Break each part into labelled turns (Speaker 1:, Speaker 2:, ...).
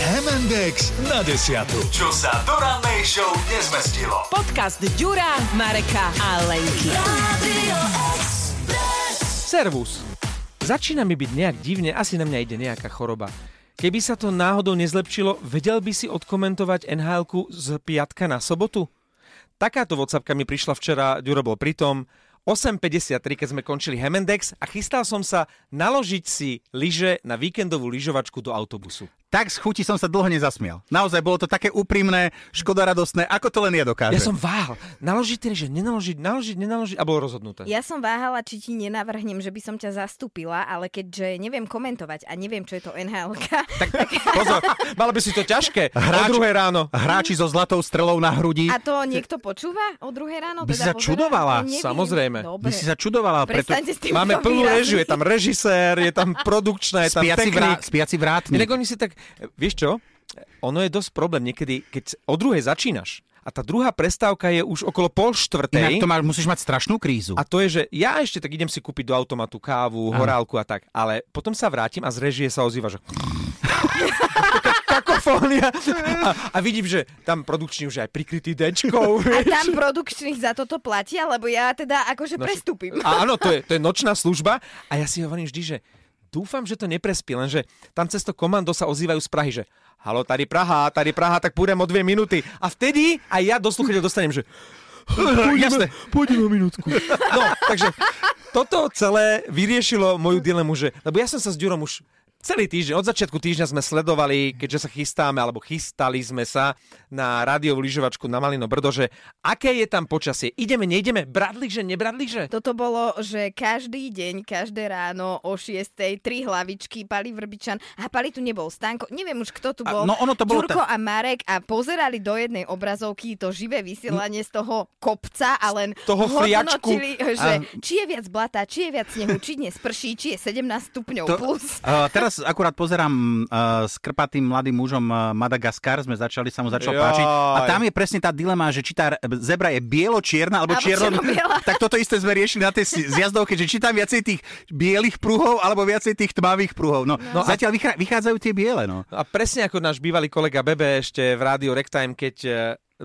Speaker 1: Index na desiatu. Čo sa do rannej show nezmestilo.
Speaker 2: Podcast Ďura, Mareka a Lenky.
Speaker 3: Servus. Začína mi byť nejak divne, asi na mňa ide nejaká choroba. Keby sa to náhodou nezlepšilo, vedel by si odkomentovať nhl z piatka na sobotu? Takáto WhatsAppka mi prišla včera, Ďuro bol pritom, 8.53, keď sme končili Hemendex a chystal som sa naložiť si lyže na víkendovú lyžovačku do autobusu.
Speaker 4: Tak z chuti som sa dlho nezasmial. Naozaj, bolo to také úprimné, škoda radostné, ako to len ja dokážem.
Speaker 3: Ja som váhal. Naložiť tie lyže, nenaložiť, naložiť, nenaložiť a bolo rozhodnuté.
Speaker 5: Ja som váhala, či ti nenavrhnem, že by som ťa zastúpila, ale keďže neviem komentovať a neviem, čo je to NHL,
Speaker 3: Pozor, malo by si to ťažké. Hráč... O druhé ráno.
Speaker 4: Hráči so zlatou strelou na hrudi.
Speaker 5: a to niekto počúva o druhej ráno?
Speaker 3: By si
Speaker 5: teda
Speaker 3: sa čudovala,
Speaker 5: No, neviem.
Speaker 3: samozrejme.
Speaker 5: Dobre.
Speaker 4: By si sa čudovala, preto
Speaker 5: Prestaňte s tým
Speaker 3: Máme
Speaker 5: to
Speaker 3: plnú
Speaker 5: výrazne.
Speaker 3: režiu, je tam režisér, je tam produkčná, je tam
Speaker 4: spiaci, vrá,
Speaker 3: technik.
Speaker 4: spiaci vrátnik.
Speaker 3: Inak oni si tak, vieš čo, ono je dosť problém niekedy, keď o druhej začínaš a tá druhá prestávka je už okolo pol štvrtej.
Speaker 4: Inak to máš, musíš mať strašnú krízu.
Speaker 3: A to je, že ja ešte tak idem si kúpiť do automatu kávu, horálku a tak, ale potom sa vrátim a z režie sa ozýva, že... Taká Kakofónia. A, a vidím, že tam produkčný už je aj prikrytý dečkou.
Speaker 5: A tam produkčných za toto platia, lebo ja teda akože
Speaker 3: No
Speaker 5: prestúpim.
Speaker 3: A áno, to je, to je nočná služba a ja si hovorím vždy, že dúfam, že to neprespí, lenže tam cez to komando sa ozývajú z Prahy, že halo, tady Praha, tady Praha, tak pôjdem o dve minúty. A vtedy aj ja do sluchateľ dostanem, že
Speaker 4: Jasné.
Speaker 3: pôjdem o minútku. No, takže toto celé vyriešilo moju dilemu, že, lebo ja som sa s Ďurom už celý týždeň, od začiatku týždňa sme sledovali, keďže sa chystáme, alebo chystali sme sa na rádiovú lyžovačku na Malino Brdo, že aké je tam počasie. Ideme, neideme, bradliže, nebradliže?
Speaker 5: Toto bolo, že každý deň, každé ráno o 6. tri hlavičky, Pali Vrbičan a Pali tu nebol, Stanko, neviem už kto tu
Speaker 4: A
Speaker 5: bol,
Speaker 4: no ono to bolo
Speaker 5: Ďurko a Marek a pozerali do jednej obrazovky to živé vysielanie z toho kopca a len
Speaker 3: toho friačku.
Speaker 5: hodnotili, že
Speaker 4: A-
Speaker 5: či je viac blata, či je viac snehu, či dnes prší, či je 17 stupňov
Speaker 4: To-
Speaker 5: plus.
Speaker 4: Uh, teraz akurát pozerám uh, s krpatým mladým mužom uh, Madagaskar, sme začali, sa mu začal
Speaker 3: Jaj.
Speaker 4: páčiť. A tam je presne tá dilema, že či tá r- zebra je bielo-čierna alebo
Speaker 5: Alebo
Speaker 4: čierno
Speaker 5: čierno-biela.
Speaker 4: Tak toto isté sme riešili na tej si- zjazdovke, že či tam viacej tých bielých pruhov alebo viacej tých tmavých pruhov. No, no zatiaľ vychá- vychádzajú tie biele, no.
Speaker 3: A presne ako náš bývalý kolega Bebe ešte v rádiu Rectime, keď e,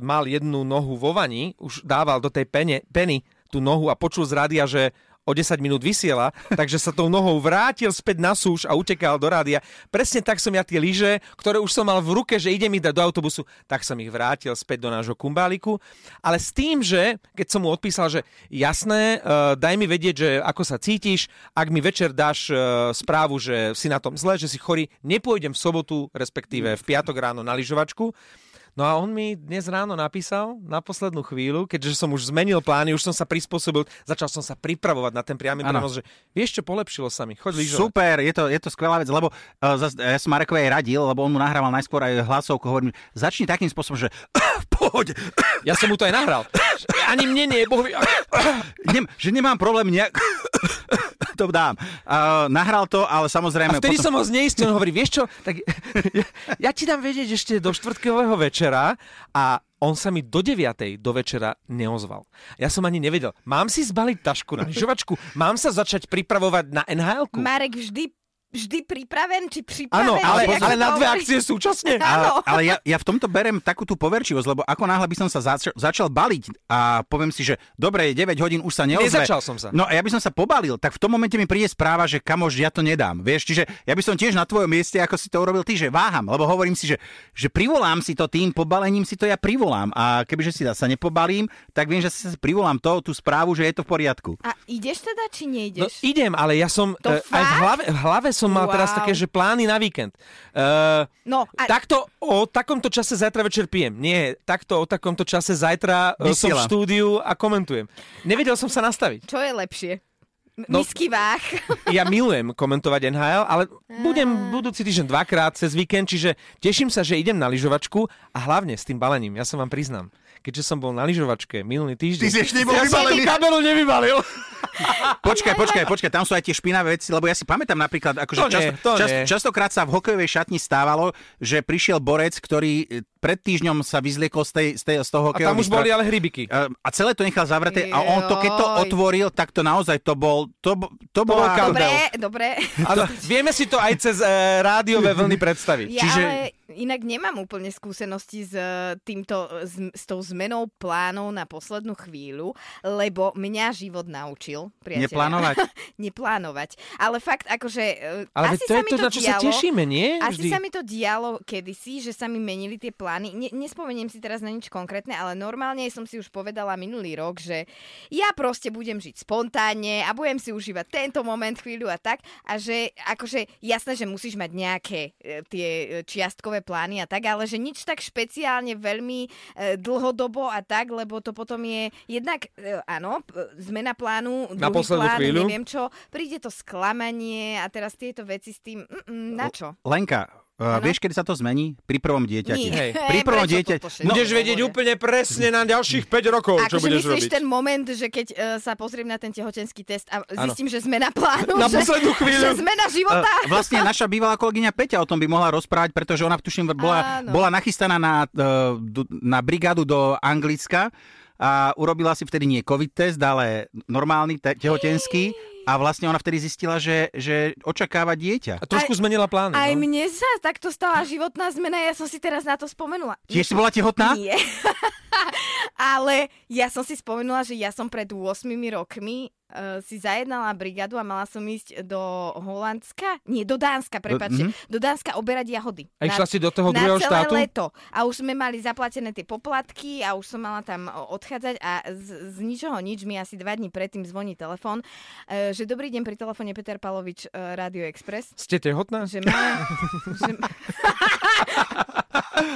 Speaker 3: mal jednu nohu vo vani, už dával do tej pene, peny tú nohu a počul z rádia, že o 10 minút vysiela, takže sa tou nohou vrátil späť na súž a utekal do rádia. Presne tak som ja tie lyže, ktoré už som mal v ruke, že idem ich dať do autobusu, tak som ich vrátil späť do nášho kumbáliku. Ale s tým, že keď som mu odpísal, že jasné, e, daj mi vedieť, že ako sa cítiš, ak mi večer dáš e, správu, že si na tom zle, že si chorý, nepôjdem v sobotu, respektíve v piatok ráno na lyžovačku. No a on mi dnes ráno napísal na poslednú chvíľu, keďže som už zmenil plány, už som sa prispôsobil, začal som sa pripravovať na ten priamy
Speaker 4: Áno.
Speaker 3: prenos, že vieš čo, polepšilo sa mi, choď lyžovať.
Speaker 4: Super, je to, je to skvelá vec, lebo uh, zas, ja som Marekovi aj radil, lebo on mu nahrával najskôr aj hlasovku, hovorím, začni takým spôsobom, že poď,
Speaker 3: Ja som mu to aj nahral. Ani mne nie, boh vie,
Speaker 4: Nem, že nemám problém nejak... to dám. Uh, nahral to, ale
Speaker 3: A
Speaker 4: samozrejme...
Speaker 3: vtedy
Speaker 4: No, potom...
Speaker 3: som ho zneistil, on hovorí, vieš čo, tak ja, ja ti dám vedieť ešte do štvrtkového večera a on sa mi do 9. do večera neozval. Ja som ani nevedel, mám si zbaliť tašku na lyžovačku, mám sa začať pripravovať na nhl
Speaker 5: Marek vždy, vždy pripraven, či
Speaker 3: Áno,
Speaker 5: pripraven?
Speaker 3: ale,
Speaker 5: či ako
Speaker 3: ale
Speaker 5: to
Speaker 3: na dve
Speaker 5: hovorí?
Speaker 3: akcie súčasne.
Speaker 4: ale,
Speaker 5: Áno.
Speaker 4: ale ja, ja v tomto berem takú tú poverčivosť, lebo ako náhle by som sa začal, začal baliť a poviem si, že dobre, je 9 hodín už sa neozve.
Speaker 3: Nezačal som sa.
Speaker 4: No a ja by som sa pobalil, tak v tom momente mi príde správa, že kamož, ja to nedám. Vieš, čiže ja by som tiež na tvojom mieste, ako si to urobil ty, že váham, lebo hovorím si, že, že privolám si to tým pobalením, si to ja privolám. A kebyže si sa nepobalím, tak viem, že si sa privolám to, tú správu, že je to v poriadku.
Speaker 5: A ideš teda, či
Speaker 3: No,
Speaker 5: nejdeš?
Speaker 3: idem, ale ja som e,
Speaker 5: To
Speaker 3: aj v
Speaker 5: fakt?
Speaker 3: hlave, v hlave som mal teraz
Speaker 5: Wow.
Speaker 3: také, že plány na víkend. Uh,
Speaker 5: No, a-
Speaker 3: Takto o takomto čase zajtra večer pijem. Nie, takto o takomto čase zajtra e, som v
Speaker 4: Vysiela.
Speaker 3: štúdiu a komentujem. Nevedel som sa nastaviť.
Speaker 5: Čo je lepšie? M-
Speaker 3: No-
Speaker 5: Misky váh.
Speaker 3: Ja milujem komentovať NHL, ale
Speaker 5: Ah.
Speaker 3: budem budúci týždeň dvakrát cez víkend, čiže teším sa, že idem na lyžovačku a hlavne s tým balením, ja sa vám priznám. Keďže som bol na lyžovačke minulý týždeň.
Speaker 4: Ty si ešte nebol
Speaker 3: ja som tú
Speaker 4: vybalený.
Speaker 3: kabelu nevybalil.
Speaker 4: Počkaj, počkaj, počkaj, tam sú aj tie špinavé veci, lebo ja si pamätám napríklad, akože
Speaker 3: To nie,
Speaker 4: často,
Speaker 3: to
Speaker 4: čas,
Speaker 3: nie.
Speaker 4: častokrát sa v hokejovej šatni stávalo, že prišiel borec, ktorý e, pred týždňom sa vyzliekol z, tej, z, tej, z toho
Speaker 3: A tam
Speaker 4: hokejového
Speaker 3: už boli
Speaker 4: stroja.
Speaker 3: ale hrybiky.
Speaker 4: E, a celé to nechal zavreté a on to, keď to
Speaker 5: Joj.
Speaker 4: otvoril, tak to naozaj to bol, to, bo- to, bol
Speaker 3: bol
Speaker 4: to
Speaker 3: kap-
Speaker 5: Dobre, dobre.
Speaker 3: Ale vieme si to aj cez e, eh, rádiové vlny predstaviť.
Speaker 5: Ja,
Speaker 4: Čiže-
Speaker 5: ale, Inak nemám úplne skúsenosti s e, týmto, s, s tou zmenou plánov na poslednú chvíľu, lebo mňa život naučil, priateľa.
Speaker 4: Neplánovať.
Speaker 5: Neplánovať. Ale fakt, akože... e,
Speaker 3: Ale veď
Speaker 5: asi
Speaker 3: to
Speaker 5: sa
Speaker 3: je
Speaker 5: mi
Speaker 3: to, na čo sa
Speaker 5: dialo,
Speaker 3: tešíme, nie?
Speaker 5: Asi sa mi to dialo kedysi, že sa mi menili tie plány. Ne, nespomeniem si teraz na nič konkrétne, ale normálne som si už povedala minulý rok, že ja proste budem žiť spontánne a budem si užívať tento moment, chvíľu a tak. A že akože jasné, že musíš mať nejaké e, tie e, čiastkové plány a tak, ale že nič tak špeciálne veľmi e, dlhodobo a tak, lebo to potom je jednak, e, áno, p- zmena plánu,
Speaker 3: Na
Speaker 5: druhý
Speaker 3: poslednú
Speaker 5: plán,
Speaker 3: chvíľu.
Speaker 5: neviem čo, príde to sklamanie a teraz tieto veci s tým, mm, mm, na čo?
Speaker 4: Lenka, uh, vieš, kedy sa to zmení? Pri prvom dieťati.
Speaker 5: Nie. Hej.
Speaker 4: Pri prvom
Speaker 5: Prečo
Speaker 4: dieťati.
Speaker 5: toto všetko?
Speaker 4: No,
Speaker 3: Budeš
Speaker 5: No,
Speaker 3: vedieť
Speaker 5: dobre.
Speaker 3: úplne presne na ďalších 5 rokov, čo
Speaker 5: Akože
Speaker 3: budeš
Speaker 5: myslíš
Speaker 3: robiť.
Speaker 5: ten moment, že keď e, sa pozriem na ten tehotenský test a zistím, že sme na plánu.
Speaker 3: Na
Speaker 5: že,
Speaker 3: poslednú chvíľu.
Speaker 5: Že sme na života.
Speaker 4: Eh, vlastne naša bývalá kolegyňa Peťa o tom by mohla rozprávať, pretože ona tuším bola,
Speaker 5: Áno.
Speaker 4: bola nachystaná na, eh, du- na brigádu do Anglicka a urobila si vtedy nie covid test, ale normálny te- tehotenský a vlastne ona vtedy zistila, že, že očakáva dieťa.
Speaker 3: A trošku zmenila plány.
Speaker 5: Aj
Speaker 3: no?
Speaker 5: mne sa takto stala životná zmena, ja som si teraz na to spomenula.
Speaker 4: Tiež si bola tehotná?
Speaker 5: Nie. Ale ja som si spomenula, že ja som pred 8 rokmi uh, si zajednala brigádu a mala som ísť do Holandska, nie, do Dánska, prepáčte, do Dánska oberať jahody.
Speaker 3: mhm. A išla si do toho
Speaker 5: na
Speaker 3: druhého
Speaker 5: celé
Speaker 3: štátu?
Speaker 5: leto. A už sme mali zaplatené tie poplatky a už som mala tam o, odchádzať a z, z ničoho nič mi asi dva dní predtým zvoní telefón, e, že dobrý deň pri telefóne Peter Palovič, e, Radio Express.
Speaker 3: Ste tehotná?
Speaker 5: Že má, že,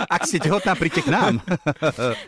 Speaker 4: Ak ste tehotná, príďte k nám.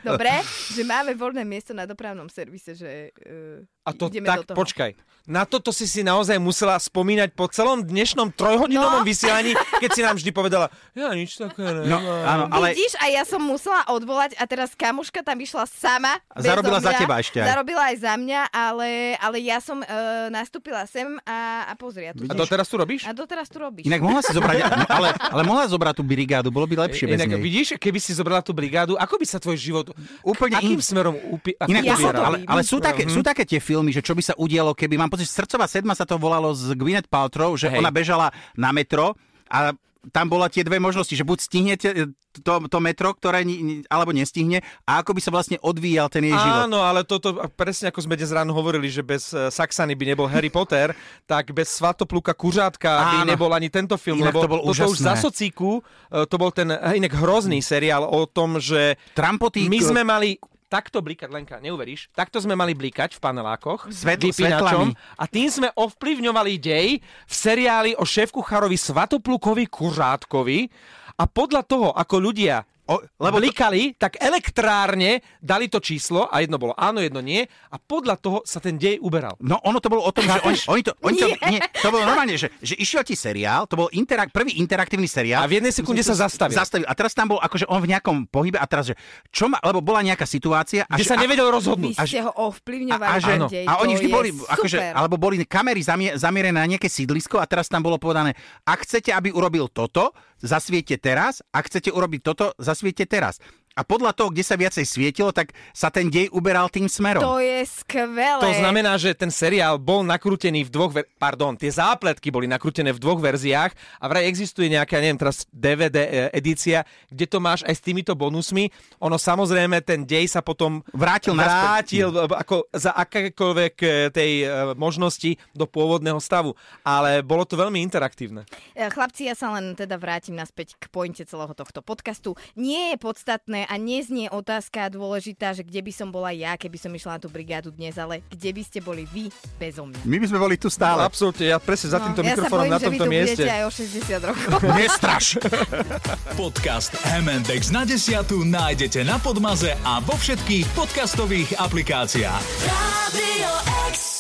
Speaker 5: dobre, že máme voľné miesto na dopravnom servise, že e,
Speaker 3: A to
Speaker 5: ideme
Speaker 3: tak,
Speaker 5: do toho.
Speaker 3: počkaj. Na toto si si naozaj musela spomínať po celom dnešnom trojhodinovom
Speaker 5: No.
Speaker 3: vysielaní, keď si nám vždy povedala, ja nič také nemám.
Speaker 4: No, áno, ale...
Speaker 5: Vidíš, a ja som musela odvolať a teraz kamoška tam išla sama.
Speaker 4: A zarobila
Speaker 5: bezo mňa.
Speaker 4: za teba ešte aj.
Speaker 5: Zarobila aj za mňa, ale, ale ja som e, nastúpila sem a, a pozri, ja tu
Speaker 3: A
Speaker 5: som.
Speaker 3: to teraz tu robíš?
Speaker 5: a doteraz tu robíš.
Speaker 4: Inak mohla si zobrať, no, ale, ale mohla zobrať tú brigádu, bolo by lepšie bez
Speaker 3: Inak,
Speaker 4: nej.
Speaker 3: vidíš, keby si zobrala tú brigádu, ako by sa tvoj život
Speaker 4: Úplne
Speaker 3: akým
Speaker 4: in-
Speaker 3: smerom upi- ako
Speaker 4: Inak ja
Speaker 5: Ja sa to
Speaker 3: povieral?
Speaker 4: ale,
Speaker 5: bojím.
Speaker 4: ale sú, také, sú také tie filmy, že čo by sa udialo, keby, mám pocit, že Srdcová sedma sa to volalo z Gwyneth Paltrow, že
Speaker 3: Hej.
Speaker 4: Hej. ona bežala na metro a tam bola tie dve možnosti, že buď stihnete e, to, to metro, ktoré ni, ni- alebo nestihne a ako by sa vlastne odvíjal ten jej život.
Speaker 3: Áno, ale toto presne ako sme dnes ráno hovorili, že bez eh, Saxany by nebol Harry Potter, tak bez Svatopluka Kuřátka by
Speaker 4: Áno.
Speaker 3: nebol ani tento film,
Speaker 4: Inak
Speaker 3: lebo
Speaker 4: to bol
Speaker 3: toto už
Speaker 4: úžasné.
Speaker 3: za socíku, eh, to bol ten eh, inak hrozný seriál o tom, že
Speaker 4: Trampotík,
Speaker 3: my sme mali takto blikať, Lenka, neuveríš, takto sme mali blikať v panelákoch
Speaker 4: Svet-
Speaker 3: vypínačom a tým sme ovplyvňovali dej v seriáli o šéf-kuchárovi Svatoplukovi Kuřátkovi a podľa toho, ako ľudia o, lebo blikali, tak elektrárne dali to číslo a jedno bolo áno, jedno nie a podľa toho sa ten dej uberal.
Speaker 4: No ono to bolo o tom, že oni, oni to... Oni to, nie, to bolo normálne, že, že išiel ti seriál, to bol interak, prvý interaktívny seriál.
Speaker 3: A v jednej sekunde sa zastavil.
Speaker 4: Zastavil. A teraz tam bol akože on v nejakom pohybe a teraz, že čo ma, lebo bola nejaká situácia. A
Speaker 3: Kde
Speaker 4: že,
Speaker 3: sa
Speaker 4: a-
Speaker 3: nevedel
Speaker 5: Vy
Speaker 3: rozhodnúť.
Speaker 4: A že-
Speaker 5: ste ho ovplyvňovali.
Speaker 4: a, a, že,
Speaker 5: áno.
Speaker 4: dej, a oni vždy boli, akože, alebo boli kamery zamie, zamierené na nejaké sídlisko a teraz tam bolo povedané, ak chcete, aby urobil toto, zasviete teraz, ak chcete urobiť toto, zasviete teraz. A podľa toho, kde sa viacej svietilo, tak sa ten dej uberal tým smerom.
Speaker 5: To je skvelé.
Speaker 3: To znamená, že ten seriál bol nakrútený v dvoch, ver- pardon, tie zápletky boli nakrútené v dvoch verziách a vraj existuje nejaká, neviem, teraz DVD e, edícia, kde to máš aj s týmito bonusmi. Ono samozrejme, ten dej sa potom
Speaker 4: Vrátil naspäť.
Speaker 3: vrátil e, ako za akékoľvek e, tej e, možnosti do pôvodného stavu. Ale bolo to veľmi interaktívne.
Speaker 5: E, Chlapci, ja sa len teda vrátim naspäť k pointe celého tohto podcastu. Nie je podstatné a neznie otázka dôležitá, že kde by som bola ja, keby som išla na tú brigádu dnes, ale kde by ste boli vy bezo mňa.
Speaker 4: My by sme boli tu stále.
Speaker 3: Absolútne, ja presne za týmto
Speaker 5: No, ja sa
Speaker 3: mikrofónom
Speaker 5: bojím,
Speaker 3: na tomto
Speaker 5: že vy tu
Speaker 3: mieste.
Speaker 5: budete aj o 60 rokov.
Speaker 4: Nestraš.
Speaker 1: Podcast M&X na desiatu nájdete na Podmaze a vo všetkých podcastových aplikáciách.
Speaker 6: Radio X.